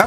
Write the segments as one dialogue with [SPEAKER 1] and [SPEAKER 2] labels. [SPEAKER 1] อั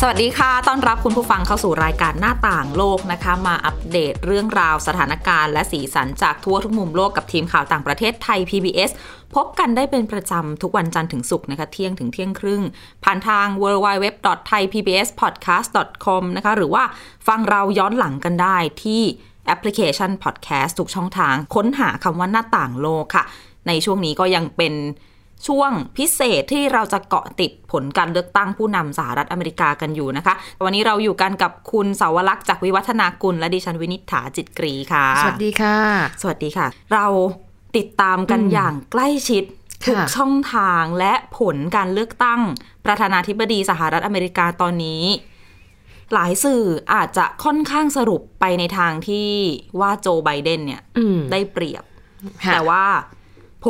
[SPEAKER 2] สวัสดีค่ะ ต้อนรับคุณผู้ฟังเข้าสู่รายการหน้าต่างโลกนะคะ มาอัปเดตเรื่องราวสถานการณ์และสีสันจากทั่วทุกมุมโลกกับทีมข่าวต่างประเทศไทย PBS พบกันได้เป็นประจำทุกวันจันทร์ถึงศุกร์นะคะเที่ยงถึงเที่ยงครึ่ง ผ่านทาง www.thaipbspodcast.com นะคะ หรือว่าฟังเราย้อนหลังกันได้ที่แอปพลิเคชัน Podcast ทุกช่องทาง ค้นหาคำว่าหน้าต่างโลกค่ะ ในช่วงนี้ก็ยังเป็น ช่วงพิเศษที่เราจะเกาะติดผลการเลือกตั้งผู้นำสหรัฐอเมริกากันอยู่นะคะ วันนี้เราอยู่กันกับคุณเสาวลักษณ์จากวิวัฒนากุลและดิฉันวินิษฐาจิตกรีค่ะ
[SPEAKER 3] สวัสดีค่ะ
[SPEAKER 2] สวัสดีค่ะ เราติดตามกันอย่างใกล้ชิดทุก
[SPEAKER 3] ค่ะ
[SPEAKER 2] ช่องทางและผลการเลือกตั้ง ประธานาธิบดีสหรัฐอเมริกาตอนนี้ หลายสื่ออาจจะค่อนข้างสรุปไปในทางที่ว่าโจไบเดนเนี่ย
[SPEAKER 3] อืม
[SPEAKER 2] ได้เปรียบ
[SPEAKER 3] ค่ะ
[SPEAKER 2] แต่ว่า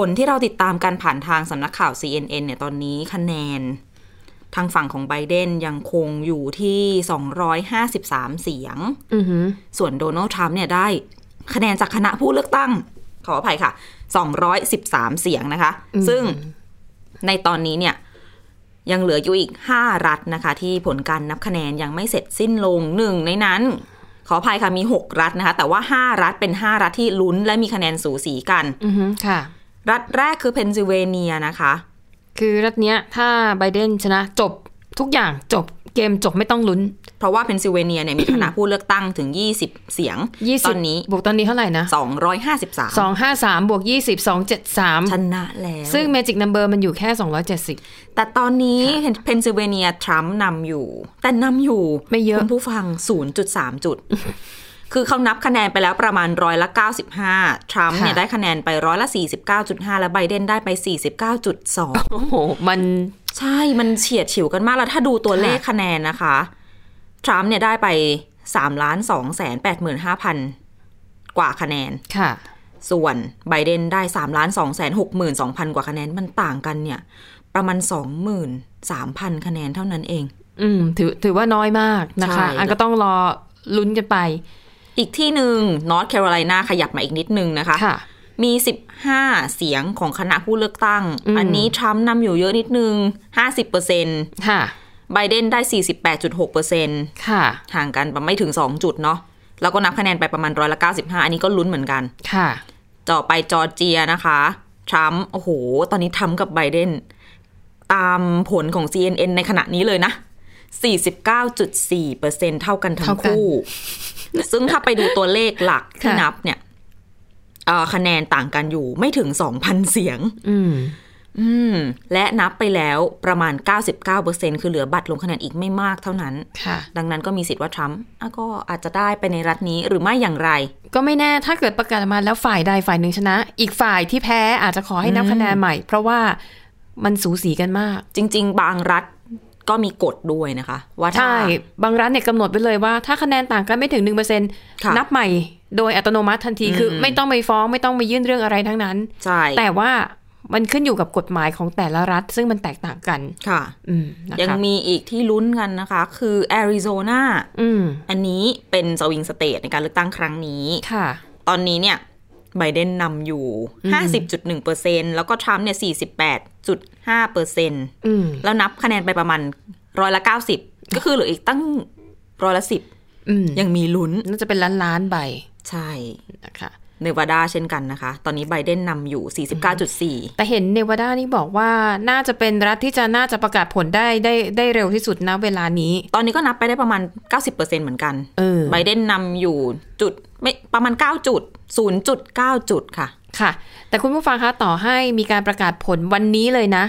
[SPEAKER 2] ผลที่เราติดตามการผ่านทางสำนักข่าว CNN เนี่ยตอนนี้คะแนน ทางฝั่งของไบเดนยังคงอยู่ที่ 253 เสียง
[SPEAKER 3] อือหือ
[SPEAKER 2] ส่วนโดนัลด์ทรัมป์เนี่ยได้คะแนนจากคณะผู้เลือกตั้ง ขออภัยค่ะ 213 เสียงนะคะ ซึ่งในตอนนี้เนี่ยยังเหลืออยู่อีก 5 รัฐนะคะ ที่ผลการนับคะแนนยังไม่เสร็จสิ้นลงหนึ่งในนั้น ขออภัยค่ะมี 6 รัฐนะคะ แต่ว่า 5 รัฐเป็น 5 รัฐที่ลุ้นและมีคะแนนสูสีกัน
[SPEAKER 3] อือหือค่ะ
[SPEAKER 2] รัฐแรกคือเพนซิลเวเนียนะคะ
[SPEAKER 3] คือรัฐเนี้ย ถ้าไบเดนชนะจบทุกอย่างจบเกมจบไม่ต้องลุ้น
[SPEAKER 2] เพราะว่าเพนซิลเวเนียเนี่ยมีคณะ ผู้เลือกตั้งถึง 20 เสียง
[SPEAKER 3] ยี่สิ
[SPEAKER 2] ตอ
[SPEAKER 3] บ
[SPEAKER 2] นนี้
[SPEAKER 3] บวกตอนนี้เท่าไหร่นะสอ
[SPEAKER 2] 253
[SPEAKER 3] งห้าสามบวกยี่สิบสองเจ็ดสาม
[SPEAKER 2] ชนะแล้ว
[SPEAKER 3] ซึ่งเมจิกนัมเบอร์มันอยู่แค่สองร้อยเจ็ดสิบ
[SPEAKER 2] แต่ตอนนี้เพนซิลเวเนียทรัมป์นำอยู่ แต่นำอยู่
[SPEAKER 3] ไม่เยอะ
[SPEAKER 2] คุณผู้ฟัง 0.3 จุด คือเขานับคะแนนไปแล้วประมาณร้อยละ95 ทรัมป์เนี่ยได้คะแนนไปร้อยละ 49.5 และไบเดนได้ไป 49.2
[SPEAKER 3] โอ้โห มัน
[SPEAKER 2] ใช่ มันเฉียดฉิวกันมาก แล้วถ้าดูตัวเลขคะแนนนะคะ ทรัมป์เนี่ยได้ไปสามล้านสองแสนแปดหมื่นห้าพันกว่าคะแนน
[SPEAKER 3] ค่ะ
[SPEAKER 2] ส่วนไบเดนได้สามล้านสองแสนหกหมื่นสองพันกว่าคะแนน มันต่างกันเนี่ย ประมาณสองหมื่นสามพันคะแนนเท่านั้นเอง
[SPEAKER 3] อืม ถือถือว่าน้อยมากนะคะ
[SPEAKER 2] ใช่
[SPEAKER 3] อันก็ต้องรอลุ้นกันไป
[SPEAKER 2] อีกที่หนึ่งนอร์ทแคโรไลนาขยับมาอีกนิดนึงนะคะ
[SPEAKER 3] ค่ะ
[SPEAKER 2] มี 15 เสียงของคณะผู้เลือกตั้ง
[SPEAKER 3] อืม
[SPEAKER 2] อันนี้ทรัมป์นำอยู่เยอะนิดนึง 50%
[SPEAKER 3] ค่ะ
[SPEAKER 2] ไบเดนได้ 48.6%
[SPEAKER 3] ค่ะ
[SPEAKER 2] ห่างกันประมาณไม่ถึง 2 จุดเนาะ แล้วก็นับคะแนนไปประมาณร้อยละ95 อันนี้ก็ลุ้นเหมือนกัน
[SPEAKER 3] ค่ะ
[SPEAKER 2] ต่อไปจอร์เจียนะคะ ทรัมป์ โอ้โห ตอนนี้ทรัมป์กับไบเดน ตามผลของ CNN ในขณะนี้เลยนะ 49.4%เท่ากันทั้ง
[SPEAKER 3] เท่ากัน
[SPEAKER 2] คู่ ซึ่งถ้าไปดูตัวเลขหลักที่
[SPEAKER 3] ค่ะ
[SPEAKER 2] นับเนี่ยเอ่อคะแนนต่างกันอยู่ไม่ถึง 2,000 เสียง
[SPEAKER 3] อืม
[SPEAKER 2] อืม และนับไปแล้วประมาณ 99%คือเหลือบัตรลงคะแนนอีกไม่มากเท่านั้น
[SPEAKER 3] ค่ะ
[SPEAKER 2] ดังนั้นก็มีสิทธิ์ว่าทรัมป์อ่ะก็อาจจะได้ไปในรัฐนี้หรือไม่อย่างไร
[SPEAKER 3] ก็ไม่แน่ถ้าเกิดประกาศออกมาแล้วฝ่ายใดฝ่ายหนึ่งชนะ อีกฝ่ายที่แพ้อาจจะขอให้นับคะแนนใหม่ เพราะว่ามันสูสีกันมาก
[SPEAKER 2] จริง ๆ บางรัฐก็มีกฎด้วยนะคะ ว่าถ้า
[SPEAKER 3] ใช่ บางร้านเนี่ยกำหนดไว้เลยว่า ถ้าคะแนนต่างกันไม่ถึงหนึ่งเปอร์เซ็น
[SPEAKER 2] ค่ะ
[SPEAKER 3] นับใหม่โดยอัตโนมัติทันที
[SPEAKER 2] อืม
[SPEAKER 3] คือไม่ต้องไปฟ้องไม่ต้องไปยื่นเรื่องอะไรทั้งนั้น
[SPEAKER 2] ใช่
[SPEAKER 3] แต่ว่ามันขึ้นอยู่กับกฎหมายของแต่ละรัฐ ซึ่งมันแตกต่างกัน
[SPEAKER 2] ค่ะ
[SPEAKER 3] อืมนะคะ
[SPEAKER 2] ยังมีอีกที่ลุ้นกันนะคะ คือแอริโซนา
[SPEAKER 3] อืม
[SPEAKER 2] อันนี้เป็นสวิงสเตทในการเลือกตั้งครั้งนี้
[SPEAKER 3] ค่ะ
[SPEAKER 2] ตอนนี้เนี่ยไบเดนนำอยู่ 50.1%แล้วก็ทรัมป์เนี่ย48.5%
[SPEAKER 3] อืม
[SPEAKER 2] แล้วนับคะแนนไปประมาณร้อยละ 90 ก็คือเหลืออีกตั้งร้อยละสิบ
[SPEAKER 3] อืม
[SPEAKER 2] ยังมีลุ้น
[SPEAKER 3] น่าจะเป็นล้านล้านๆใบ
[SPEAKER 2] ใช่
[SPEAKER 3] นะคะ
[SPEAKER 2] เนวาดาเช่นกันนะคะ ตอนนี้ไบเดนนำอยู่ 49.4
[SPEAKER 3] แต่เห็นเนวาดานี่บอกว่าน่าจะเป็นรัฐที่จะน่าจะประกาศผลได้ได้ได้เร็วที่สุดนะเวลานี้
[SPEAKER 2] ตอนนี้ก็นับไปได้ประมาณ 90%เหมือนกัน
[SPEAKER 3] เออ
[SPEAKER 2] ไบเดนนำอยู่จุดไม่ประมาณ 9 จุด 0.9 จุดค่ะ
[SPEAKER 3] ค่ะ แต่คุณผู้ฟังคะต่อให้มีการประกาศผลวันนี้เลยนะ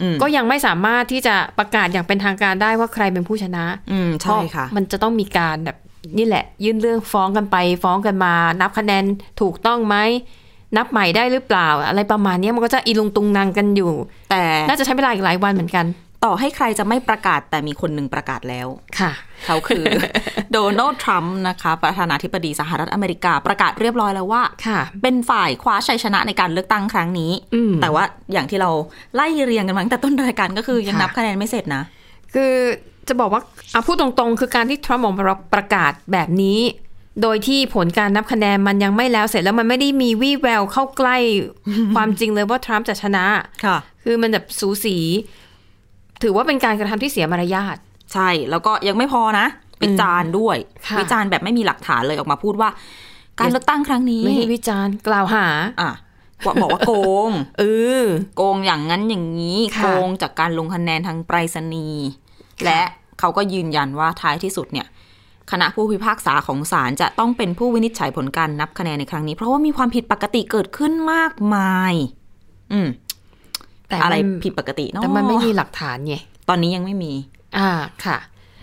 [SPEAKER 2] อืม
[SPEAKER 3] ก็ยังไม่สามารถที่จะประกาศอย่างเป็นทางการได้ว่าใครเป็นผู้ชนะ
[SPEAKER 2] อืม ใช่ค่ะ
[SPEAKER 3] เพรามันจะต้องมีการแบบนี่แหละ ยื่นเรื่องฟ้องกันไป ฟ้องกันมา นับคะแนนถูกต้องไหมนับใหม่ได้หรือเปล่า อะไรประมาณเนี้ยมันก็จะอีลุงตุงนางกันอยู่
[SPEAKER 2] แต่
[SPEAKER 3] น่าจะใช้เวลาอีกหลายวันเหมือนกัน
[SPEAKER 2] ต่อให้ใครจะไม่ประกาศแต่มีคนหนึ่งประกาศแล้ว
[SPEAKER 3] ค่ะ
[SPEAKER 2] เขา คือ โดนัลด์ทรัมป์นะคะ ประธานาธิบดีสหรัฐอเมริกาประกาศเรียบร้อยแล้วว่า
[SPEAKER 3] ค่ะ
[SPEAKER 2] เป็นฝ่ายคว้าชัยชนะในการเลือกตั้งครั้งนี้
[SPEAKER 3] อืม
[SPEAKER 2] แต่ว่าอย่างที่เราไล่เรียงกันมาตั้งแต่ต้นรายการก็คือยัง
[SPEAKER 3] ค่ะ
[SPEAKER 2] นับคะแนนไม่เสร็จนะ
[SPEAKER 3] คือจะบอกว่าเอาพูดตรงๆ คือการที่ทรัมป์ออกมาประกาศแบบนี้ โดยที่ผลการนับคะแนนมันยังไม่แล้วเสร็จแล้วมันไม่ได้มีวี่แววเข้าใกล้ ความจริงเลยว่าทรัมป์จะชนะ
[SPEAKER 2] ค่ะ
[SPEAKER 3] คือมันแบบสูสี ถือว่าเป็นการกระทำที่เสียมารยาท
[SPEAKER 2] ใช่แล้วก็ยังไม่พอนะวิจารณ์ด้วย
[SPEAKER 3] ค่ะ
[SPEAKER 2] วิจารณ์แบบไม่มีหลักฐานเลยออกมาพูดว่า การเลือกตั้งครั้งนี้
[SPEAKER 3] ไม่ให้วิจารณ์กล่าวหา
[SPEAKER 2] อ่ะว่าบอกว่าโกง
[SPEAKER 3] เออ
[SPEAKER 2] โกงอย่างนั้นอย่างนี้
[SPEAKER 3] ค่ะ
[SPEAKER 2] โกงจากการลงคะแนนทางไปรษณีย์และเขาก็ยืนยันว่าท้ายที่สุดเนี่ย คณะผู้พิพากษาของศาลจะต้องเป็นผู้วินิจฉัยผลการนับคะแนนในครั้งนี้ เพราะว่ามีความผิดปกติเกิดขึ้นมากมาย อืม
[SPEAKER 3] แต่
[SPEAKER 2] อะไร
[SPEAKER 3] มัน
[SPEAKER 2] ผิดปกติเนาะ
[SPEAKER 3] แต่มันไม่มีหลักฐานไง
[SPEAKER 2] ตอนนี้ยังไม่มี
[SPEAKER 3] อ่าค่ะ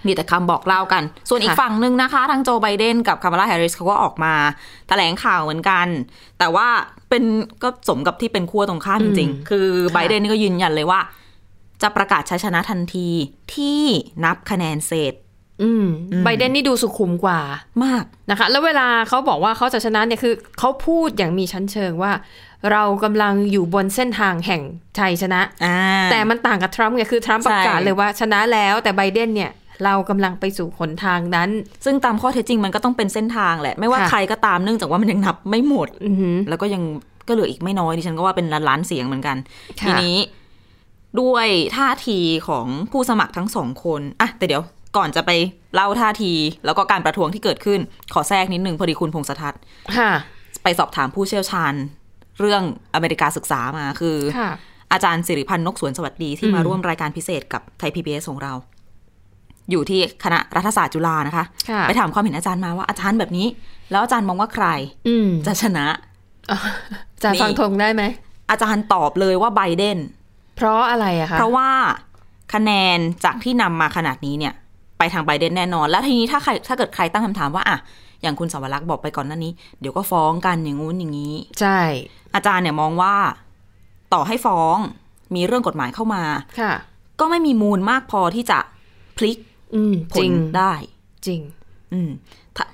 [SPEAKER 2] มีแต่คำบอกเล่ากัน ส่วนอีก
[SPEAKER 3] ค่ะ
[SPEAKER 2] ฝั่งหนึ่งนะคะทางโจไบเดนกับคามาลาแฮร์ริสเขาก็ออกมาแถลงข่าวเหมือนกัน แต่ว่าเป็นก็สมกับที่เป็นขั้วตรงข้ามจริงๆ คือไบเดนนี่ก็ยืนยันเลยว่า จะประกาศชัยชนะทันทีที่นับคะแนนเศษ
[SPEAKER 3] อืมไบเดนนี่ดูสุขุมกว่า
[SPEAKER 2] มาก
[SPEAKER 3] นะคะแล้วเวลาเขาบอกว่าเขาจะชนะเนี่ยคือเขาพูดอย่างมีชั้นเชิงว่า เรากำลังอยู่บนเส้นทางแห่งชัยชนะ แต่มันต่างกับทรัมป์ไงคือทรัมป์
[SPEAKER 2] ใช่
[SPEAKER 3] ประกาศเลยว่าชนะแล้วแต่ไบเดนเนี่ยเรากำลังไปสู่หนทางนั้น
[SPEAKER 2] ซึ่งตามข้อเท็จจริงมันก็ต้องเป็นเส้นทางแหละ ไม่ว่า
[SPEAKER 3] ค่ะ
[SPEAKER 2] ใครก็ตามเนื่องจากว่ามันยังนับไม่หมด
[SPEAKER 3] อือหือ
[SPEAKER 2] แล้วก็ยังก็เหลืออีกไม่น้อยดิฉันก็ว่าเป็นล้านล้านๆเสียงเหมือนกัน
[SPEAKER 3] ค่ะ
[SPEAKER 2] ทีนี้ด้วยท่าทีของผู้สมัครทั้งสองคนอะแต่เดี๋ยวก่อนจะไปเล่าท่าที แล้วก็การประท้วงที่เกิดขึ้นขอแทรกนิดนึงพอดีคุณพงษ์สถัศน์
[SPEAKER 3] ค่ะ
[SPEAKER 2] ไปสอบถามผู้เชี่ยวชาญ เรื่องอเมริกาศึกษามาคือ
[SPEAKER 3] ค่ะ
[SPEAKER 2] อาจารย์สิริพันธ์นกสวนสวัสดีที่
[SPEAKER 3] อืม
[SPEAKER 2] มาร่วมรายการพิเศษกับไทย PBS ของเรา อยู่ที่คณะรัฐศาสตร์จุฬานะคะ
[SPEAKER 3] ค่ะ
[SPEAKER 2] ไปถามความเห็นอาจารย์มาว่าอาจารย์แบบนี้ แล้วอาจารย์มองว่าใคร
[SPEAKER 3] อืม
[SPEAKER 2] จะชนะ
[SPEAKER 3] จะ
[SPEAKER 2] นี่
[SPEAKER 3] ฟังธงได้ไหม
[SPEAKER 2] อาจารย์ตอบเลยว่าไบเดน
[SPEAKER 3] เพราะอะไรอะคะ
[SPEAKER 2] เพราะว่าคะแนนจากที่นำมาขนาดนี้เนี่ย ไปทางไบเดนแน่นอน แล้วทีนี้ถ้าใครถ้าเกิดใครตั้งคำถามว่าอ่ะอย่างคุณสาวรักษ์บอกไปก่อนหน้านี้ เดี๋ยวก็ฟ้องกันอย่างงู้นอย่างนี้
[SPEAKER 3] ใช่
[SPEAKER 2] อาจารย์เนี่ยมองว่าต่อให้ฟ้องมีเรื่องกฎหมายเข้ามา
[SPEAKER 3] ค่ะ
[SPEAKER 2] ก็ไม่มีมูลมากพอที่จะพลิก
[SPEAKER 3] อืม
[SPEAKER 2] ผ
[SPEAKER 3] จริ
[SPEAKER 2] ล
[SPEAKER 3] ง
[SPEAKER 2] ได้
[SPEAKER 3] จริง
[SPEAKER 2] อืมถ้า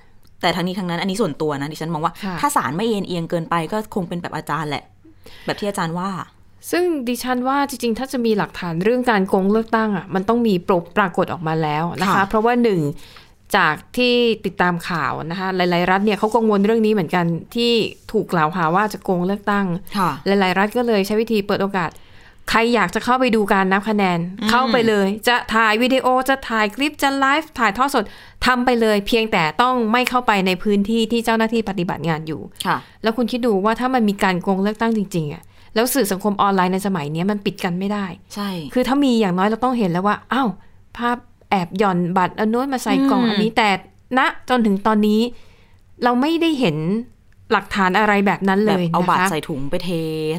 [SPEAKER 2] แต่ทั้งนี้ทั้งนั้นอันนี้ส่วนตัวนะดิฉันมองว่า
[SPEAKER 3] ค่ะ
[SPEAKER 2] ถ้าศาลไม่เอ็นเอียงเกินไปก็คงเป็นแบบอาจารย์แหละ แบบที่อาจารย์ว่า
[SPEAKER 3] ซึ่งดิฉันว่าจริงๆ ถ้าจะมีหลักฐานเรื่องการโกงเลือกตั้งอ่ะมันต้องมีปรปรากฏออกมาแล้วนะคะ
[SPEAKER 2] ค่ะ
[SPEAKER 3] เพราะว่าหนึ่งจากที่ติดตามข่าวนะคะ หลาย ๆ รัฐเนี่ยเขากังวลเรื่องนี้เหมือนกันที่ถูกกล่าวหาว่าจะโกงเลือกตั้ง
[SPEAKER 2] ค่ะ
[SPEAKER 3] หลาย ๆ รัฐก็เลยใช้วิธีเปิดโอกาส ใครอยากจะเข้าไปดูการนับคะแนน
[SPEAKER 2] อืม
[SPEAKER 3] เข้าไปเลย จะถ่ายวิดีโอจะถ่ายคลิปจะไลฟ์ถ่ายทอดสดทำไปเลย เพียงแต่ต้องไม่เข้าไปในพื้นที่ที่เจ้าหน้าที่ปฏิบัติงานอยู่
[SPEAKER 2] ค่ะ
[SPEAKER 3] แล้วคุณคิดดูว่าถ้ามันมีการโกงเลือกตั้งจริงๆอะแล้วสื่อสังคมออนไลน์ในสมัยเนี้ยมันปิดกันไม่ได้
[SPEAKER 2] ใช่
[SPEAKER 3] คือถ้ามีอย่างน้อยเราต้องเห็นแล้วว่าอ้าวภาพแอบหย่อนบัตรเอาโน้นมาใส่กล่อง
[SPEAKER 2] อืม
[SPEAKER 3] อันนี้แต่ณจนถึงตอนนี้ เราไม่ได้เห็นหลักฐานอะไรแบบนั้น
[SPEAKER 2] แบ
[SPEAKER 3] เล
[SPEAKER 2] บ
[SPEAKER 3] ย
[SPEAKER 2] เอาบัตร
[SPEAKER 3] นะคะ
[SPEAKER 2] ใส่ถุงไปเท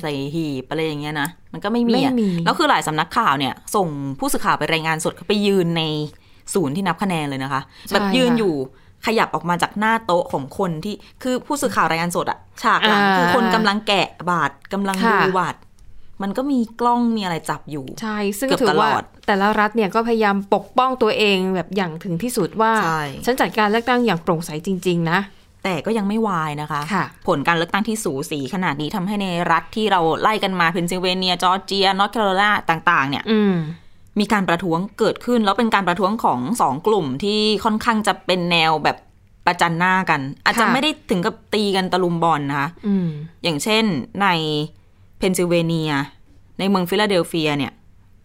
[SPEAKER 2] ใส่หีบอะไรอย่างเงี้ยนะมันก็ไม่
[SPEAKER 3] ไม่
[SPEAKER 2] อะ
[SPEAKER 3] มี
[SPEAKER 2] แล้วคือหลายสำนักข่าวเนี่ย ส่งผู้สื่อข่าวไปรายงานสดเขาไปยืนในศูนย์ที่นับคะแนนเลยนะคะ แบบยืนอยู่ขยับออกมาจากหน้าโต๊ะของคนที่คือผู้สื่อข่าวรายงานสดอะฉากหลังคือคนกำลังแกะบาตรกำลังดูบาตรมันก็มีกล้องมีอะไรจับอยู่
[SPEAKER 3] ใช่ ซึ่ง
[SPEAKER 2] เกือบ
[SPEAKER 3] ถือว่า
[SPEAKER 2] ตลอด
[SPEAKER 3] แต่ละรัฐเนี่ยก็พยายามปกป้องตัวเองแบบอย่างถึงที่สุดว่า
[SPEAKER 2] ใช่
[SPEAKER 3] ฉันจัดการเลือกตั้งอย่างโปร่งใสจริง ๆ นะ
[SPEAKER 2] แต่ก็ยังไม่วายนะคะ
[SPEAKER 3] ค่ะ
[SPEAKER 2] ผลการเลือกตั้งที่สูสีขนาดนี้ทำให้ในรัฐที่เราไล่กันมาเพนซิลเวเนียจอร์เจียนอร์ทแคโรไลนาต่างๆเนี่ย
[SPEAKER 3] อืม
[SPEAKER 2] มีการประท้วงเกิดขึ้นแล้วเป็นการประท้วงของสองกลุ่มที่ค่อนข้างจะเป็นแนวแบบประจันหน้ากัน อาจจะ
[SPEAKER 3] ค่ะ
[SPEAKER 2] ไม่ได้ถึงกับตีกันตะลุมบอลนะคะ
[SPEAKER 3] อืม
[SPEAKER 2] อย่างเช่นในเพนซิลเวเนีย ในเมืองฟิลาเดลเฟียเนี่ย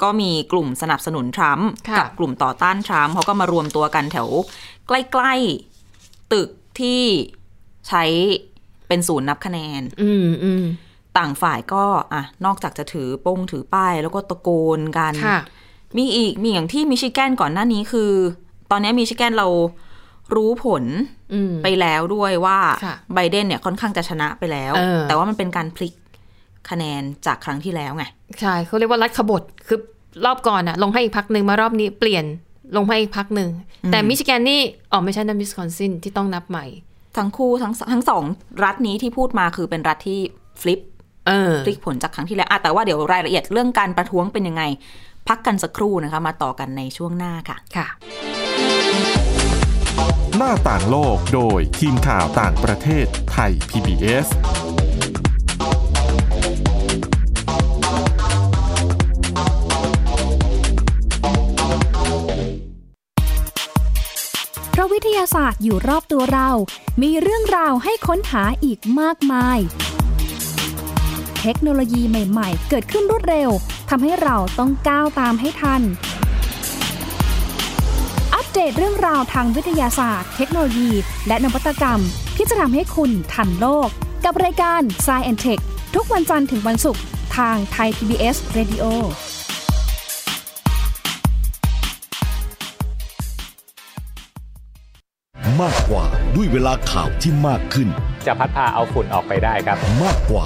[SPEAKER 2] ก็มีกลุ่มสนับสนุนทรัมป์
[SPEAKER 3] ค่ะ
[SPEAKER 2] กักลุ่มต่อต้านทรัมป์เขาก็มารวมตัวกันแถว ใกล้ๆตึกที่ใช้เป็นศูนย์นับคะแนน
[SPEAKER 3] อืมอืม
[SPEAKER 2] ต่างฝ่ายก็อ่ะนอกจากจะถือโป้งถือป้าย แล้วก็ตะโกนกัน
[SPEAKER 3] ค่ะ
[SPEAKER 2] มีอีกมีอย่างที่มิชิแกนก่อนหน้านี้คือ ตอนนี้มิชิแกนเรารู้ผล
[SPEAKER 3] อืม
[SPEAKER 2] ไปแล้วด้วยว่า
[SPEAKER 3] ค่ะ
[SPEAKER 2] ไบเดนเนี่ยค่อนข้างจะชนะไปแล้ว
[SPEAKER 3] เออ
[SPEAKER 2] แต่ว่ามันเป็นการพลิกคะแนนจากครั้งที่แล้วไง
[SPEAKER 3] ใช่เขาเรียกว่ารัฐขบฏคือรอบก่อนอะลงให้อีกพักหนึ่งมารอบนี้เปลี่ยนลงให้อีกพักหนึ่ง แต่มิชิแกนนี่อ๋อไม่ใช่นะมิสคอนซินที่ต้องนับใหม่
[SPEAKER 2] ทั้งคู่ทั้งทั้งสองรัฐนี้ที่พูดมาคือเป็นรัฐที่ฟลิป
[SPEAKER 3] เออ
[SPEAKER 2] พลิกผลจากครั้งที่แล้วอะแต่ว่าเดี๋ยวรายละเอียดเรื่องการประท้วงเป็นยังไง พักกันสักครู่นะคะ มาต่อกันในช่วงหน้าค่ะ
[SPEAKER 3] ค่ะ
[SPEAKER 1] หน้าต่างโลกโดยทีมข่าวต่างประเทศไทย PBS
[SPEAKER 2] ก
[SPEAKER 4] ทยาศาสตร์อยู่รอบตัวเรา มีเรื่องราวให้ค้นหาอีกมากมาย เทคโนโลยีใหม่ๆ เกิดขึ้นรวดเร็ว ทำให้เราต้องก้าวตามให้ทัน อัปเดตเรื่องราวทางวิทยาศาสตร์ เทคโนโลยี และนวัตกรรม ที่จะทำให้คุณทันโลก กับรายการ s c i e n t e c h ทุกวันจันทร์ถึงวันศุกร์ทางไทย PBS Radio
[SPEAKER 5] มากกว่าด้วยเวลาข่าวที่มากขึ้น
[SPEAKER 6] จะพัดพาเอาฝุ่นออกไปได้ครับ
[SPEAKER 5] มากกว่า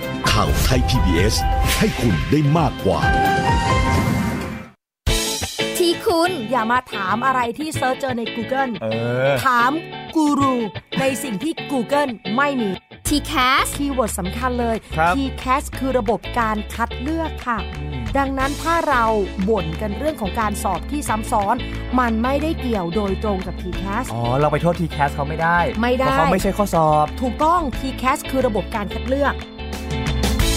[SPEAKER 5] ข่าวไทย PBS ให้คุณได้มากกว่า
[SPEAKER 7] ที่คุณอย่ามาถามอะไรที่เซิร์ชเจอใน Google
[SPEAKER 6] เออ
[SPEAKER 7] ถามกูรูในสิ่งที่ Google ไม่มี
[SPEAKER 4] ทีแคส
[SPEAKER 7] คีย์เวิร์ดสำคัญเลย
[SPEAKER 6] ครับ
[SPEAKER 7] t c a s คือระบบการคัดเลือกค่ะ ดังนั้นถ้าเราบ่นกันเรื่องของการสอบที่ซ้ำซ้อน มันไม่ได้เกี่ยวโดยตรงกับ t c a s
[SPEAKER 6] อ๋อ เราไปโทษทีแคสเขาไม่ได้
[SPEAKER 7] ไม่ได้
[SPEAKER 6] เพราะเขาไม่ใช่ข้อสอบ
[SPEAKER 7] ถูกต้อง t c a s คือระบบการคัดเลือก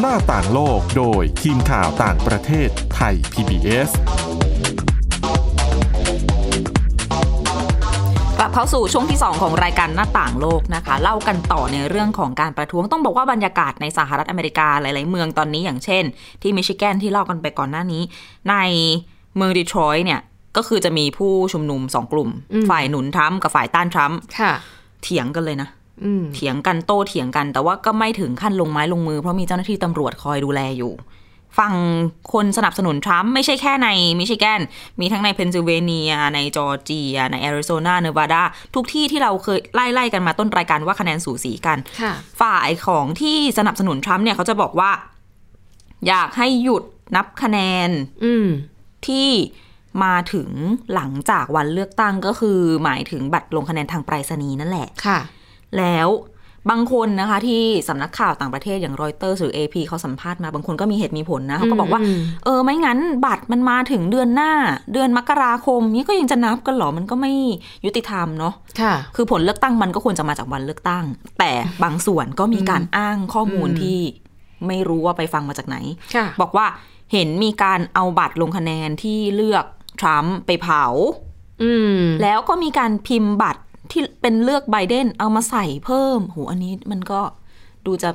[SPEAKER 1] หน้าต่างโลกโดยทีมข่าวต่างประเทศไทย PBS
[SPEAKER 2] กลับเข้าสู่ช่วงที่ 2 ของรายการหน้าต่างโลกนะคะ เล่ากันต่อในเรื่องของการประท้วงต้องบอกว่าบรรยากาศในสหรัฐอเมริกาหลาย ๆ เมืองตอนนี้อย่างเช่น ที่มิชิแกนที่เล่ากันไปก่อนหน้านี้ ในเมืองดีทรอยต์เนี่ย ก็คือจะมีผู้ชุมนุมสองกลุ่ม
[SPEAKER 3] อืม
[SPEAKER 2] ฝ่ายหนุนทรัมป์กับฝ่ายต้านทรัมป์
[SPEAKER 3] ค่ะ
[SPEAKER 2] เถียงกันเลยนะ
[SPEAKER 3] อืม
[SPEAKER 2] เถียงกันโต้เถียงกัน แต่ว่าก็ไม่ถึงขั้นลงไม้ลงมือเพราะมีเจ้าหน้าที่ตำรวจคอยดูแลอยู่ ฝั่งคนสนับสนุนทรัมป์ไม่ใช่แค่ในมิชิแกน มีทั้งในเพนซิลเวเนีย ในจอร์เจีย ในแอริโซนาเนวาดา ทุกที่ที่เราเคยไล่ๆกันมาต้นรายการว่าคะแนนสูสีกัน
[SPEAKER 3] ค่ะ
[SPEAKER 2] ฝ่ายของที่สนับสนุนทรัมป์เนี่ยเขาจะบอกว่า อยากให้หยุดนับคะแนน
[SPEAKER 3] อืม
[SPEAKER 2] ที่มาถึงหลังจากวันเลือกตั้งก็คือ หมายถึงบัตรลงคะแนนทางไปรษณีย์นั่นแหละ
[SPEAKER 3] ค่ะ
[SPEAKER 2] แล้วบางคนนะคะที่สำนักข่าวต่างประเทศอย่างรอยเตอร์หรือ AP เขาสัมภาษณ์มาบางคนก็มีเหตุมีผลนะเขาก็บอกว่า
[SPEAKER 3] อืม
[SPEAKER 2] เออ ไม่งั้นบัตรมันมาถึงเดือนหน้า เดือนมกราคมนี้ก็ยังจะนับกันเหรอ มันก็ไม่ยุติธรรมเนาะ
[SPEAKER 3] ค่ะ
[SPEAKER 2] คือผลเลือกตั้งมันก็ควรจะมาจากวันเลือกตั้ง แต่บางส่วนก็มีการอ้างข้อมูล
[SPEAKER 3] อืม
[SPEAKER 2] ที่ไม่รู้ว่าไปฟังมาจากไหน
[SPEAKER 3] ค่ะ
[SPEAKER 2] บอกว่าเห็นมีการเอาบัตรลงคะแนนที่เลือกทรัมป์ไปเผา
[SPEAKER 3] อืม
[SPEAKER 2] แล้วก็มีการพิมพ์บัตรที่เป็นเลือกไบเดนเอามาใส่เพิ่ม โห อันนี้มันก็ดูจะ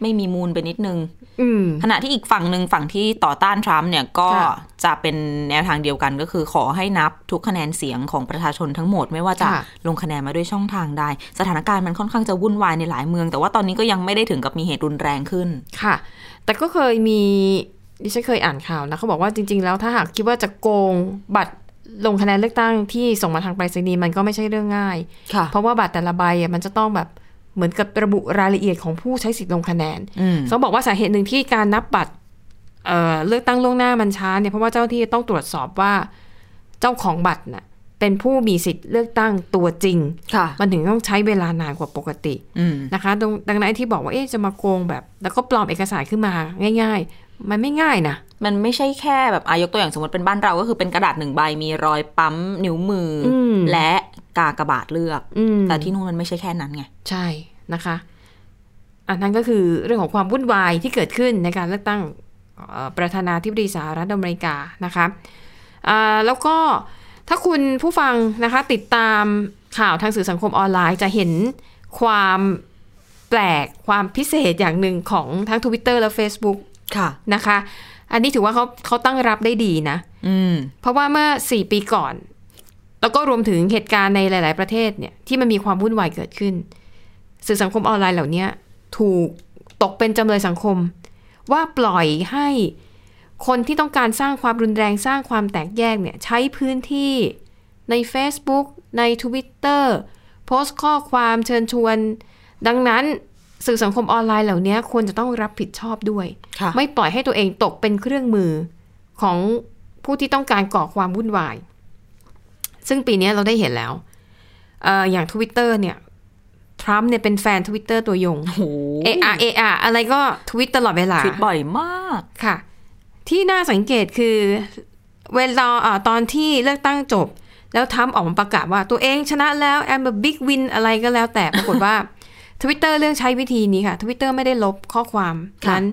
[SPEAKER 2] ไม่มีมูลไปนิดนึง
[SPEAKER 3] อืม
[SPEAKER 2] ขณะที่อีกฝั่งหนึ่งฝั่งที่ต่อต้านทรัมป์เนี่ยก็
[SPEAKER 3] ค่ะ
[SPEAKER 2] จะเป็นแนวทางเดียวกันก็คือขอให้นับทุกคะแนนเสียงของประชาชนทั้งหมด ไม่ว่าจะ
[SPEAKER 3] ค่ะ
[SPEAKER 2] ลงคะแนนมาด้วยช่องทางใด สถานการณ์มันค่อนข้างจะวุ่นวายในหลายเมือง แต่ว่าตอนนี้ก็ยังไม่ได้ถึงกับมีเหตุรุนแรงขึ้น
[SPEAKER 3] ค่ะ แต่ก็เคยมีดิฉันเคยอ่านข่าวนะเขาบอกว่าจริง ๆ แล้วถ้าหากคิดว่าจะโกงบัตรลงคะแนนเลือกตั้งที่ส่งมาทางไปรษณีย์มันก็ไม่ใช่เรื่องง่าย
[SPEAKER 2] ค่ะ
[SPEAKER 3] เพราะว่าบัตรแต่ละใบอะมันจะต้องแบบเหมือนกับระบุรายละเอียดของผู้ใช้สิทธิ์ลงคะแนน
[SPEAKER 2] อืม
[SPEAKER 3] เขาบอกว่าสาเหตุหนึ่งที่การนับบัตรเอ่อเลือกตั้งล่วงหน้ามันช้าเนี่ยเพราะว่าเจ้าหน้าที่ต้องตรวจสอบว่าเจ้าของบัตรน่ะเป็นผู้มีสิทธิ์เลือกตั้งตัวจริง
[SPEAKER 2] ค่ะ
[SPEAKER 3] มันถึงต้องใช้เวลานานกว่าปกติ
[SPEAKER 2] อืม
[SPEAKER 3] นะคะตรงดังนั้นไอ้ที่บอกว่า เอ๊ะ จะมาโกงแบบ แล้วก็ปลอมเอกสารขึ้นมาง่าย ๆ มันไม่ง่ายนะ
[SPEAKER 2] มันไม่ใช่แค่แบบอายกตัวอย่างสมมติเป็นบ้านเราก็คือเป็นกระดาษหนึ่งใบมีรอยปั๊มนิ้วมืออ
[SPEAKER 3] ม
[SPEAKER 2] และกากบาทเลือก
[SPEAKER 3] อืม
[SPEAKER 2] แต่ที่นู่นมันไม่ใช่แค่นั้นไง
[SPEAKER 3] ใช่นะคะ อันนั้นก็คือเรื่องของความวุ่นวายที่เกิดขึ้นในการเลือกตั้งเอ่อประธานาธิบดีสหรัฐอเมริกานะคะอ่าแล้วก็ถ้าคุณผู้ฟังนะคะติดตามข่าวทางสื่อสังคมออนไลน์จะเห็นความแปลกความพิเศษอย่างหนึ่งของทั้ง Twitter และ Facebook
[SPEAKER 2] ค่ะ
[SPEAKER 3] นะคะ อันนี้ถือว่าเขาเขาตั้งรับได้ดีนะ
[SPEAKER 2] อืม
[SPEAKER 3] เพราะว่าเมื่อ 4 ปีก่อน แล้วก็รวมถึงเหตุการณ์ในหลาย ๆ ประเทศเนี่ยที่มันมีความวุ่นวายเกิดขึ้น สื่อสังคมออนไลน์เหล่าเนี้ย ถูกตกเป็นจำเลยสังคม ว่าปล่อยให้คนที่ต้องการสร้างความรุนแรงสร้างความแตกแยกเนี่ยใช้พื้นที่ใน Facebook ใน Twitter โพสต์ข้อความเชิญชวน ดังนั้นสื่อสังคมออนไลน์เหล่านี้ควรจะต้องรับผิดชอบด้วย
[SPEAKER 2] ค่ะ
[SPEAKER 3] ไม่ปล่อยให้ตัวเองตกเป็นเครื่องมือของผู้ที่ต้องการก่อความวุ่นวาย ซึ่งปีนี้เราได้เห็นแล้วเอออย่างทวิตเตอร์เนี่ย ทรัมป์เนี่ยเป็นแฟนทวิตเตอร์ตัวยง
[SPEAKER 2] โอ้โห
[SPEAKER 3] เออาเออาอะไรก็ทวิตตลอดเวลา
[SPEAKER 2] คิดบ่อยมาก
[SPEAKER 3] ค่ะ ที่น่าสังเกตคือ เวลาอ่าตอนที่เลือกตั้งจบ แล้วทรัมป์ออกมาประกาศว่าตัวเองชนะแล้ว แอมเบอร์บิ๊กวินอะไรก็แล้วแต่ ปรากฏว่า ทวิตเตอร์เรื่องใช้วิธีนี้ค่ะทวิตเตอร์ไม่ได้ลบข้อความ
[SPEAKER 2] ค่ะ
[SPEAKER 3] นั้น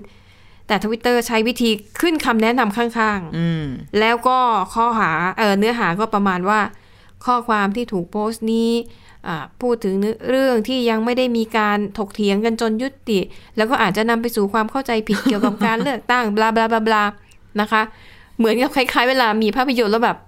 [SPEAKER 3] แต่ทวิตเตอร์ใช้วิธีขึ้นคำแนะนำข้าง
[SPEAKER 2] อืม
[SPEAKER 3] ๆ แล้วก็ข้อหาเออเนื้อหาก็ประมาณว่า ข้อความที่ถูกโพสต์นี้อ่าพูดถึงเรื่องที่ยังไม่ได้มีการถกเถียงกันจนยุติ แล้วก็อาจจะนำไปสู่ความเข้าใจผิด เกี่ยวกับการเลือกตั้ง บลาบลาบลาบลานะคะ เหมือนกับคล้ายๆ เวลามีภาพยนตร์แล้วแบบ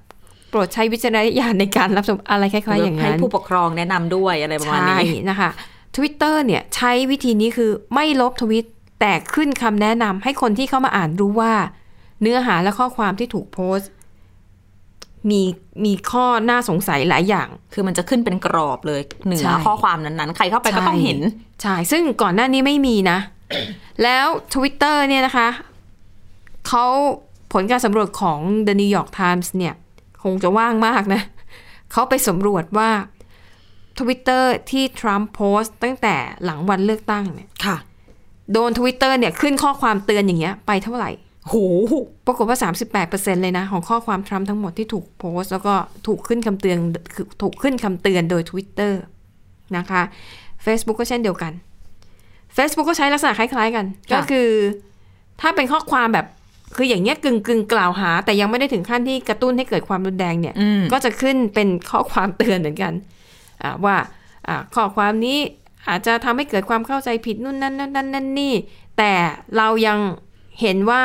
[SPEAKER 3] โปรดใช้วิจารณญาณในการรับชมอะไรคล้ายๆ อย่าง
[SPEAKER 2] ให้
[SPEAKER 3] นั้น
[SPEAKER 2] ผู้ปกครองแนะนำด้วยอะไรประมาณนี้
[SPEAKER 3] ใช่นะคะ Twitter เนี่ยใช้วิธีนี้คือไม่ลบทวิต แต่ขึ้นคำแนะนำให้คนที่เข้ามาอ่านรู้ว่า เนื้อหาและข้อความที่ถูกโพสต์ มีมีข้อน่าสงสัยหลายอย่าง
[SPEAKER 2] คือมันจะขึ้นเป็นกรอบเลยเหนื
[SPEAKER 3] ใช่
[SPEAKER 2] อข้อความนั้นๆ ใครเข้าไปก็ต้องเห็น
[SPEAKER 3] ใช่ ซึ่งก่อนหน้านี้ไม่มีนะ แล้ว Twitter เนี่ยนะคะ เขาผลการสำรวจของ The New York Times เนี่ย คงจะว่างมากนะ เขาไปสำรวจว่า Twitter ที่ทรัมป์โพสต์ตั้งแต่หลังวันเลือกตั้งเนี่ย
[SPEAKER 2] ค่ะ
[SPEAKER 3] โดน Twitter เนี่ยขึ้นข้อความเตือนอย่างเงี้ยไปเท่าไหร่
[SPEAKER 2] โห
[SPEAKER 3] ปรากฏว่า 38%เลยนะ ของข้อความทรัมป์ทั้งหมดที่ถูกโพสต์ แล้วก็ถูกขึ้นคำเตือนคือถูกขึ้นคำเตือนโดย Twitter นะคะ Facebook ก็เช่นเดียวกัน Facebook ก็ใช้ลักษณะคล้าย ๆ กัน
[SPEAKER 2] ค่ะ
[SPEAKER 3] ก็คือถ้าเป็นข้อความแบบคืออย่างเงี้ยกึ่งกึ่งๆกล่าวหา แต่ยังไม่ได้ถึงขั้นที่กระตุ้นให้เกิดความรุนแรงเนี่ย
[SPEAKER 2] อืม
[SPEAKER 3] ก็จะขึ้นเป็นข้อความเตือนเหมือนกันอ่าว่าอ่าข้อความนี้อาจจะทำให้เกิดความเข้าใจผิดนู่นนั่นนั่นนั่นนั่นนี่ แต่เรายังเห็นว่า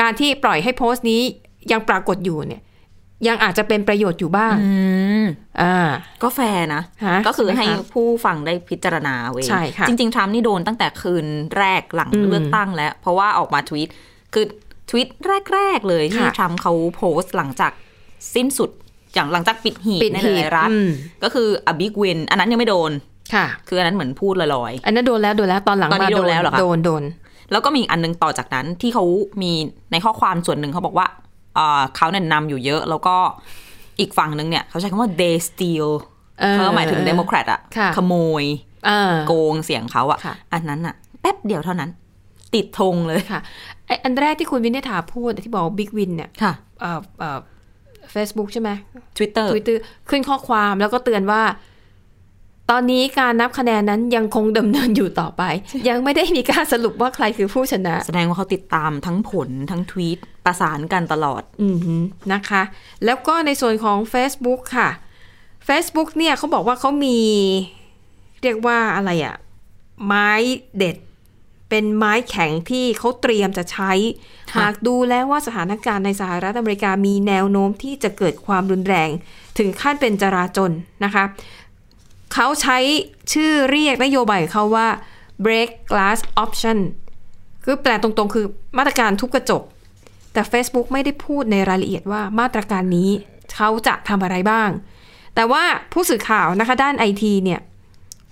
[SPEAKER 3] การที่ปล่อยให้โพสต์นี้ยังปรากฏอยู่เนี่ย ยังอาจจะเป็นประโยชน์อยู่บ้าง
[SPEAKER 2] อืม
[SPEAKER 3] อ่า
[SPEAKER 2] ก็แฟร์นะ
[SPEAKER 3] ฮะ
[SPEAKER 2] ก็คือให้
[SPEAKER 3] ใช่ไหมคะ
[SPEAKER 2] ผู้ฟังได้พิจารณาเอาเอง
[SPEAKER 3] ใช่ค่ะ
[SPEAKER 2] จริง ๆ ทรัมป์นี่โดนตั้งแต่คืนแรกหลัง
[SPEAKER 3] อืม
[SPEAKER 2] เลือกตั้งแล้ว เพราะว่าออกมาทวีตคือทวีตแรก ๆ เลยที่
[SPEAKER 3] ค่ะ
[SPEAKER 2] ทรัมป์เขาโพสต์หลังจากสิ้นสุดอย่างหลังจากปิดหีบในห
[SPEAKER 3] หีบ
[SPEAKER 2] ลายๆรัฐ
[SPEAKER 3] อืม
[SPEAKER 2] ก็คืออบิ๊กเวนอันนั้นยังไม่โดน
[SPEAKER 3] ค่ะ
[SPEAKER 2] คืออันนั้นเหมือนพูดลอย
[SPEAKER 3] อันนั้นโดนแล้วโดนแล้วตอนหลัง
[SPEAKER 2] ตอนนี้
[SPEAKER 3] มา
[SPEAKER 2] โดนแล้วเหรอคะ
[SPEAKER 3] โดนโดน
[SPEAKER 2] ๆ แล้วก็มีอีกอันนึงต่อจากนั้นที่เขามีในข้อความส่วนหนึ่งเขาบอกว่าอ่าเขาเนี่ยนำอยู่เยอะ แล้วก็อีกฝั่งหนึ่งเนี่ยเขาใช้คำว่า they steal
[SPEAKER 3] เออ
[SPEAKER 2] เขาหมายถึงเดโมแครตอะ
[SPEAKER 3] ค่ะ
[SPEAKER 2] ขโมย
[SPEAKER 3] เออ
[SPEAKER 2] โกงเสียงเขาอะ
[SPEAKER 3] ค่ะ
[SPEAKER 2] อันนั้นอะแป๊บเดียวเท่านั้น ติดธงเลย
[SPEAKER 3] ค่ะไออันแรกที่คุณวินิษฐาพูดที่บอกบิ๊กวินเนี่ย
[SPEAKER 2] ค่ะ
[SPEAKER 3] เอ่อเอ่อ Facebook ใช่ไหม
[SPEAKER 2] Twitter
[SPEAKER 3] ทวิตเตอร์ขึ้นข้อความแล้วก็เตือนว่า ตอนนี้การนับคะแนนนั้นยังคงดำเนินอยู่ต่อไป ยังไม่ได้มีการสรุปว่าใครคือผู้ชนะ
[SPEAKER 2] แสดงว่าเขาติดตามทั้งผลทั้งทวีตประสานกันตลอด
[SPEAKER 3] อืมนะคะ แล้วก็ในส่วนของ Facebook ค่ะ Facebook เนี่ยเขาบอกว่าเขามี เรียกว่าอะไรอะไม้เด็ด เป็นไม้แข็งที่เขาเตรียมจะใช้
[SPEAKER 2] ค่ะ
[SPEAKER 3] หากดูแล้วว่าสถานการณ์ในสหรัฐอเมริกามีแนวโน้มที่จะเกิดความรุนแรง ถึงขั้นเป็นจราจนนะคะ เขาใช้ชื่อเรียกนโยบายของเขาว่า break glass option คือแปลตรงๆ คือมาตรการทุบกระจก แต่ Facebook ไม่ได้พูดในรายละเอียดว่ามาตรการนี้เขาจะทำอะไรบ้าง แต่ว่าผู้สื่อข่าวนะคะด้านไอทีเนี่ย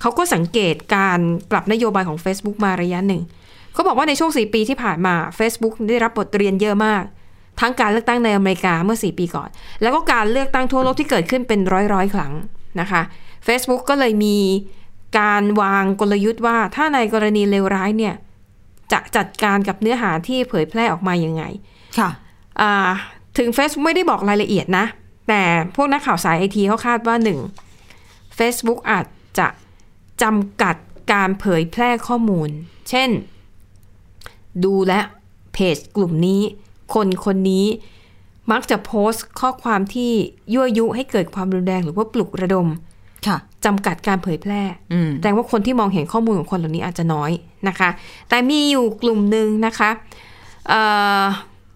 [SPEAKER 3] เขาก็สังเกตการปรับนโยบายของ Facebook มาระยะหนึ่ง เขาบอกว่าในช่วง 4 ปีที่ผ่านมา Facebook ได้รับบทเรียนเยอะมาก ทั้งการเลือกตั้งในอเมริกาเมื่อ 4 ปีก่อน แล้วก็การเลือกตั้งทั่วโลกที่เกิดขึ้นเป็นร้อยร้อยๆ ครั้งนะคะ Facebook ก็เลยมีการวางกลยุทธ์ว่าถ้าในกรณีเลวร้ายเนี่ยจะจัดการกับเนื้อหาที่เผยแพร่ออกมายังไง
[SPEAKER 2] ค่ะ
[SPEAKER 3] อ่าถึง Facebook ไม่ได้บอกรายละเอียดนะ แต่พวกนักข่าวสายไอทีเขาคาดว่า 1. Facebook อาจจะจำกัดการเผยแพร่ข้อมูล เช่น ดูและเพจกลุ่มนี้ คนคนนี้มักจะโพสต์ข้อความที่ยั่วยุให้เกิดความรุนแรงหรือว่าปลุกระดม
[SPEAKER 2] ค่ะ
[SPEAKER 3] จำกัดการเผยแพร่
[SPEAKER 2] อืม
[SPEAKER 3] แต่ว่าคนที่มองเห็นข้อมูลของคนเหล่านี้อาจจะน้อยนะคะ แต่มีอยู่กลุ่มหนึ่งนะคะเอ่อ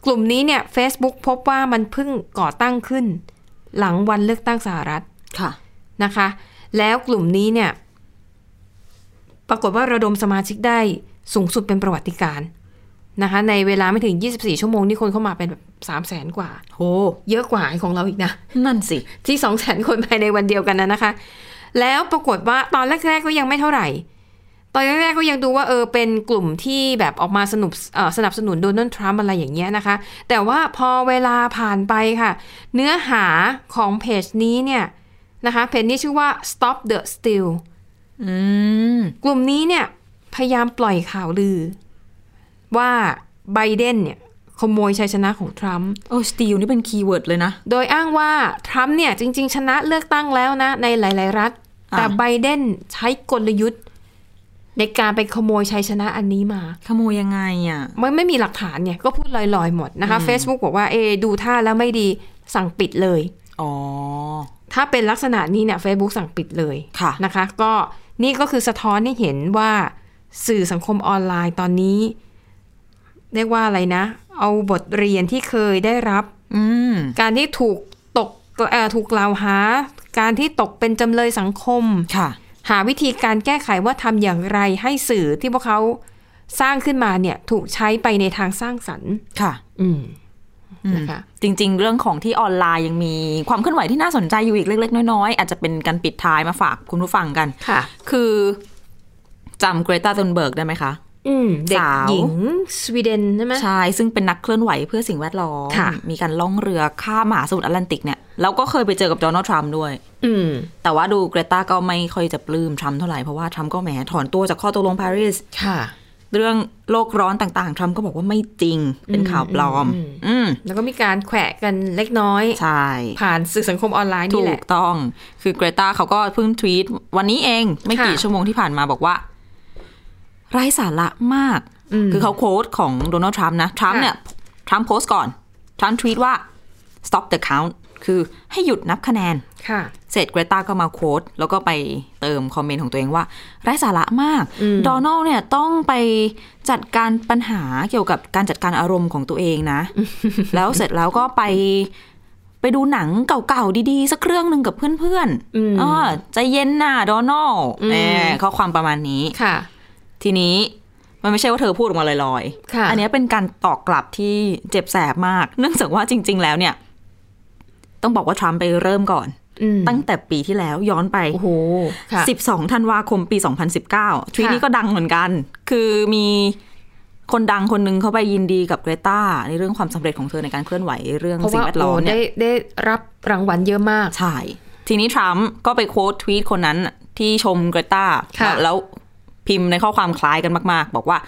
[SPEAKER 3] กลุ่มนี้เนี่ย Facebook พบว่ามันเพิ่งก่อตั้งขึ้น หลังวันเลือกตั้งสหรัฐ
[SPEAKER 2] ค่ะ
[SPEAKER 3] นะคะ แล้วกลุ่มนี้เนี่ย ปรากฏว่าระดมสมาชิกได้สูงสุดเป็นประวัติการณ์นะคะ ในเวลาไม่ถึง 24 ชั่วโมงนี่คนเข้ามาเป็นแบบ3 0 0 0 0 0 กว่า
[SPEAKER 2] โห
[SPEAKER 3] เยอะกว่าไอ้ของเราอีกนะ
[SPEAKER 2] นั่นสิ
[SPEAKER 3] ที่สองแสนคน ภายในวันเดียวกันนะนะคะ แล้วปรากฏว่าตอนแรก ๆ ก็ยังไม่เท่าไหร่ ตอนแรก ๆ ก็ยังดูว่าเออเป็นกลุ่มที่แบบออกมาสนุบเอ่อสนับสนุนโดนัลด์ทรัมป์อะไรอย่างเงี้ยนะคะ แต่ว่าพอเวลาผ่านไปค่ะ เนื้อหาของเพจนี้เนี่ยนะคะเพจนี้ชื่อว่า stop the steal
[SPEAKER 2] อืม
[SPEAKER 3] กลุ่มนี้เนี่ยพยายามปล่อยข่าวลือ ว่าไบเดนเนี่ยขโมยชัยชนะของทรัมป์
[SPEAKER 2] โอ้สตีลนี่เป็นคีย์เวิร์ดเลยนะ
[SPEAKER 3] โดยอ้างว่าทรัมป์เนี่ยจริง ๆ ชนะเลือกตั้งแล้วนะ ในหลาย ๆ รัฐ
[SPEAKER 2] อ่า
[SPEAKER 3] แต่ไบเดนใช้กลยุทธ์ ในการไปขโมยชัยชนะอันนี้มา
[SPEAKER 2] ขโมยยังไงอ่ะ
[SPEAKER 3] ไม่ไม่มีหลักฐานเนี่ยก็พูดลอย ๆ หมดนะคะ Facebook บอกว่าเอะดูท่าแล้วไม่ดีสั่งปิดเลย
[SPEAKER 2] อ๋อ
[SPEAKER 3] ถ้าเป็นลักษณะนี้เนี่ย Facebook สั่งปิดเลย
[SPEAKER 2] ค่ะ
[SPEAKER 3] นะคะ ก็นี่ก็คือสะท้อนให้เห็นว่าสื่อสังคมออนไลน์ตอนนี้ เรียกว่าอะไรนะ เอาบทเรียนที่เคยได้รับ
[SPEAKER 2] อืม
[SPEAKER 3] การที่ถูกตกเอ่อถูกกล่าวหา การที่ตกเป็นจำเลยสังคม
[SPEAKER 2] ค่ะ
[SPEAKER 3] หาวิธีการแก้ไขว่าทำอย่างไรให้สื่อที่พวกเขาสร้างขึ้นมาเนี่ยถูกใช้ไปในทางสร้างสรรค์
[SPEAKER 2] ค่ะ
[SPEAKER 3] อืม
[SPEAKER 2] อืม
[SPEAKER 3] นะคะ
[SPEAKER 2] จริง ๆ เรื่องของที่ออนไลน์ยังมีความเคลื่อนไหวที่น่าสนใจอยู่อีกเล็ก ๆ น้อยๆ อาจจะเป็นการปิดท้ายมาฝากคุณผู้ฟังกัน
[SPEAKER 3] ค่ะ
[SPEAKER 2] คือจำเกรตา h ุนเบิร์กได้ไหมคะ
[SPEAKER 3] อืมเด็ก
[SPEAKER 2] สาว
[SPEAKER 3] หญิงสวีเดนใช่ไหม
[SPEAKER 2] ใช่ ซึ่งเป็นนักเคลื่อนไหวเพื่อสิ่งแวดล้อม
[SPEAKER 3] ค่ะ
[SPEAKER 2] มีการล่องเรือข้ามมหาสมุทรแอตแลนติกเนี่ย แล้วก็เคยไปเจอกับโดนัลด์ทรัมป์ด้วย
[SPEAKER 3] อืม
[SPEAKER 2] แต่ว่าดูเกรตาก็ไม่ค่อยจะปลื้มทรัมป์เท่าไหร่ เพราะว่าทรัมป์ก็แหมถอนตัวจากข้อตกลงปารีส
[SPEAKER 3] ค่ะ
[SPEAKER 2] เรื่องโลกร้อนต่างๆ ทรัมป์ก็บอกว่าไม่จริง เป็นข่าวปลอม
[SPEAKER 3] อืม
[SPEAKER 2] อืม
[SPEAKER 3] แล้วก็มีการแขวะกันเล็กน้อย
[SPEAKER 2] ใช่
[SPEAKER 3] ผ่านสื่อสังคมออนไลน์
[SPEAKER 2] ถู
[SPEAKER 3] นี่แห
[SPEAKER 2] ก
[SPEAKER 3] ละ
[SPEAKER 2] ต้อง คือเกรตาเขาก็เพิ่งทวีตวันนี้เอง ไม่กี่
[SPEAKER 3] ค่ะ
[SPEAKER 2] ชั่วโมงที่ผ่านมาบอกว่า ไร้สาระมาก
[SPEAKER 3] อืม
[SPEAKER 2] คือเขาโค้ดของโดนัลด์ทรัมป์นะ ทรัมป์
[SPEAKER 3] ค่ะ
[SPEAKER 2] เนี่ย ทรัมป์โพสต์ก่อน ทรัมป์ทวีตว่า stop the count คือให้หยุดนับคะแนน
[SPEAKER 3] ค่ะ
[SPEAKER 2] เสร็จเกรตาก็มาโค้ดแล้วก็ไปเติมคอมเมนต์ของตัวเองว่า ไร้สาระมาก
[SPEAKER 3] อืม
[SPEAKER 2] โดนัลด์เนี่ยต้องไปจัดการปัญหาเกี่ยวกับการจัดการอารมณ์ของตัวเองนะ แล้วเสร็จแล้วก็ไปไปดูหนังเก่าๆ ดีๆ สักเรื่องหนึ่งกับเพื่อน
[SPEAKER 3] อืม
[SPEAKER 2] ๆอ่าใจเย็นน่ะโดนัลด์
[SPEAKER 3] อืม
[SPEAKER 2] แหมข้อความประมาณนี้
[SPEAKER 3] ค่ะ
[SPEAKER 2] ทีนี้มันไม่ใช่ว่าเธอพูดออกมาลอย
[SPEAKER 3] ค่ะ
[SPEAKER 2] อัเนี้ยเป็นการตอกกลับที่เจ็บแสบมาก เนื่องจากว่าจริง ๆ แล้วเนี่ย ต้องบอกว่าทรัมป์ไปเริ่มก่อน
[SPEAKER 3] อืม
[SPEAKER 2] ตั้งแต่ปีที่แล้วย้อนไป
[SPEAKER 3] โอ้โหค่ะ
[SPEAKER 2] 12 ธันวาคมปี 2019 ทวีต
[SPEAKER 3] ค่ะ
[SPEAKER 2] นี้ก็ดังเหมือนกัน คือมีคนดังคนหนึงเขาไปยินดีกับเกรตาในเรื่องความสำเร็จของเธอในการเคลื่อนไหวเรื่อง
[SPEAKER 3] เพราะ
[SPEAKER 2] สิ่ง
[SPEAKER 3] ว่า
[SPEAKER 2] แวดล้อม
[SPEAKER 3] โอ้
[SPEAKER 2] เนี่ย
[SPEAKER 3] ได้ได้รับรางวัลเยอะมาก
[SPEAKER 2] ใช่ ทีนี้ทรัมป์ก็ไปโค้ดทวีตคนนั้นที่ชมเกรตา
[SPEAKER 3] ค่ะ
[SPEAKER 2] แล้วพิมพ์ในข้อความคล้ายกันมาก ๆ บอกว่า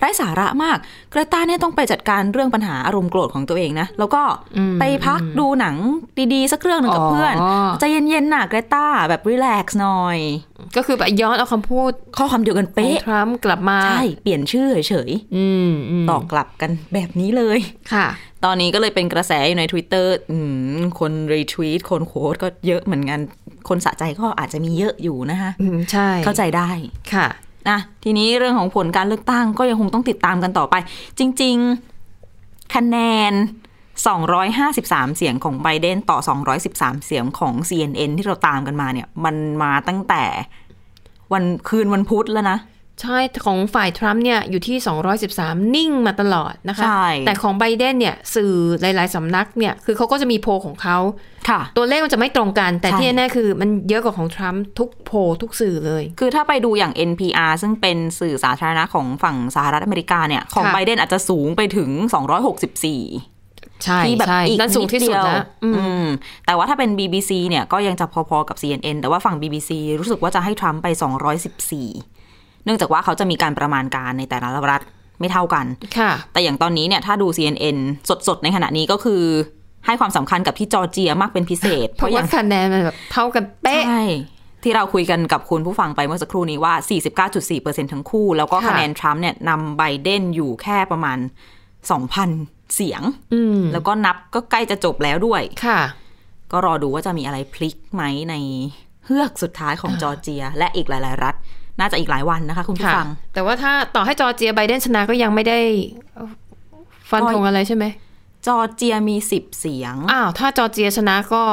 [SPEAKER 2] ไร้สาระมาก เกรตาเนี่ยต้องไปจัดการเรื่องปัญหาอารมณ์โกรธของตัวเองนะ แล้วก็ไปพักดูหนังดีๆ สักเรื่องหนึ่งกับเพื่อน ใจเย็นๆน่ะเกรตาแบบรีแลกซ์หน่อย
[SPEAKER 3] ก็คือแบบย้อนเอาคำพูด
[SPEAKER 2] ข้อความเดียวกัน
[SPEAKER 3] ของ
[SPEAKER 2] เป๊ะ
[SPEAKER 3] ทรัมป์กลับมา
[SPEAKER 2] ใช่ เปลี่ยนชื่อเฉย
[SPEAKER 3] อืมม
[SPEAKER 2] ๆตอกกลับกันแบบนี้เลย
[SPEAKER 3] ค่ะ
[SPEAKER 2] ตอนนี้ก็เลยเป็นกระแสอยู่ใน Twitter อืมคนรีทวีตคนโค้ดก็เยอะเหมือนกัน คนสะใจก็อาจจะมีเยอะอยู่นะคะ
[SPEAKER 3] อืม ใช่
[SPEAKER 2] เข้าใจได้
[SPEAKER 3] ค่ะ
[SPEAKER 2] นะทีนี้เรื่องของผลการเลือกตั้งก็ยังคงต้องติดตามกันต่อไป จริง ๆ คะแนน 253 เสียงของไบเดนต่อ 213 เสียงของ CNN ที่เราตามกันมาเนี่ย มันมาตั้งแต่วันคืนวันพุธแล้วนะ
[SPEAKER 3] ใช่ของฝ่ายทรัมป์เนี่ยอยู่ที่ 213 นิ่งมาตลอดนะคะ
[SPEAKER 2] ใช่
[SPEAKER 3] แต่ของไบเดนเนี่ยสื่อหลาย ๆ สำนักเนี่ย คือเขาก็จะมีโพลของเขา
[SPEAKER 2] ค่ะ
[SPEAKER 3] ตัวเลขมันจะไม่ตรงกัน แต่
[SPEAKER 2] ใช่
[SPEAKER 3] ที่แน่ๆคือมันเยอะกว่าของทรัมป์ทุกโพลทุกสื่อเลย
[SPEAKER 2] คือถ้าไปดูอย่าง NPR ซึ่งเป็นสื่อสาธารณะของฝั่งสหรัฐอเมริกาเนี่ย ของ
[SPEAKER 3] ค่ะ
[SPEAKER 2] ไบเดนอาจจะสูงไปถึง 264
[SPEAKER 3] ใช่
[SPEAKER 2] ที่แบบ
[SPEAKER 3] ใช่
[SPEAKER 2] อีก
[SPEAKER 3] นั่นสูงที่สุด
[SPEAKER 2] นิเย
[SPEAKER 3] แล้ววอืม
[SPEAKER 2] อืมแต่ว่าถ้าเป็น BBC เนี่ย ก็ยังจะพอๆกับ CNN แต่ว่าฝั่ง BBC รู้สึกว่าจะให้ทรัมป์ไป 214 เนื่องจากว่าเขาจะมีการประมาณการในแต่ละรัฐไม่เท่ากัน
[SPEAKER 3] ค่ะ
[SPEAKER 2] แต่อย่างตอนนี้เนี่ยถ้าดู CNN สดๆ ในขณะนี้ก็คือให้ความสำคัญกับที่จอร์เจียมากเป็นพิเศษ
[SPEAKER 3] เพราะว่าคะแนนมันแบบเท่ากันเป๊ะ
[SPEAKER 2] ใช่ ที่เราคุยกันกับคุณผู้ฟังไปเมื่อสักครู่นี้ว่า 49.4%ทั้งคู่ แล้วก็
[SPEAKER 3] ค่ะ
[SPEAKER 2] คะแนนทรัมป์เนี่ยนำไบเดนอยู่แค่ประมาณ 2,000 เสียง
[SPEAKER 3] อืม
[SPEAKER 2] แล้วก็นับก็ใกล้จะจบแล้วด้วย
[SPEAKER 3] ค่ะ
[SPEAKER 2] ก็รอดูว่าจะมีอะไรพลิกไหมในเฮือกสุดท้ายของจอร์เจีย และอีกหลาย ๆ รัฐ น่าจะอีกหลายวันนะคะคุณผู้
[SPEAKER 3] ค่ะ
[SPEAKER 2] ฟัง
[SPEAKER 3] แต่ว่าถ้าต่อให้จอร์เจียไบเดนชนะก็ยังไม่ได้ฟันธงอะไรใช่ไหม
[SPEAKER 2] จอร์เจียมี 10 เสียง
[SPEAKER 3] อ้าวถ้าจอร์เจียชนะก็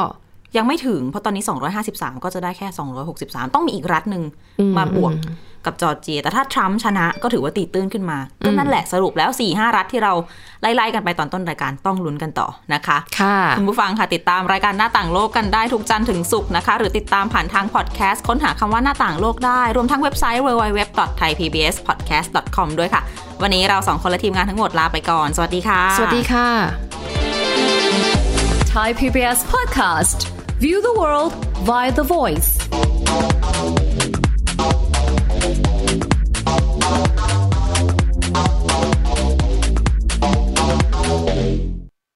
[SPEAKER 2] ยังไม่ถึงเพราะตอนนี้ 253 ก็จะได้แค่ 263 ต้องมีอีกรัฐหนึ่ง
[SPEAKER 3] อืม
[SPEAKER 2] มาบวก
[SPEAKER 3] อืม
[SPEAKER 2] กับจอร์เจีย แต่ถ้าทรัมป์ชนะก็ถือว่าตีตื้นขึ้นมาก็นั่นแหละสรุปแล้ว4ี่ห้ารัฐที่เราไล่ๆกันไปตอนต้นรายการต้องลุ้นกันต่อนะคะ
[SPEAKER 3] ค่ะ
[SPEAKER 2] คุณผู้ฟังค่ะ ติดตามรายการหน้าต่างโลกกันได้ทุกจันทร์ถึงศุกร์นะคะ หรือติดตามผ่านทางพอดแคสต์ค้นหาคำว่าหน้าต่างโลกได้ รวมทั้งเว็บไซต์ www.thaipbspodcast.com ด้วยค่ะ วันนี้เราสองคนและทีมงานทั้งหมดลาไปก่อน สวัสดีค่ะ
[SPEAKER 3] สวัสดีค่ะ
[SPEAKER 8] Thai PBS podcast. View the world via the voice.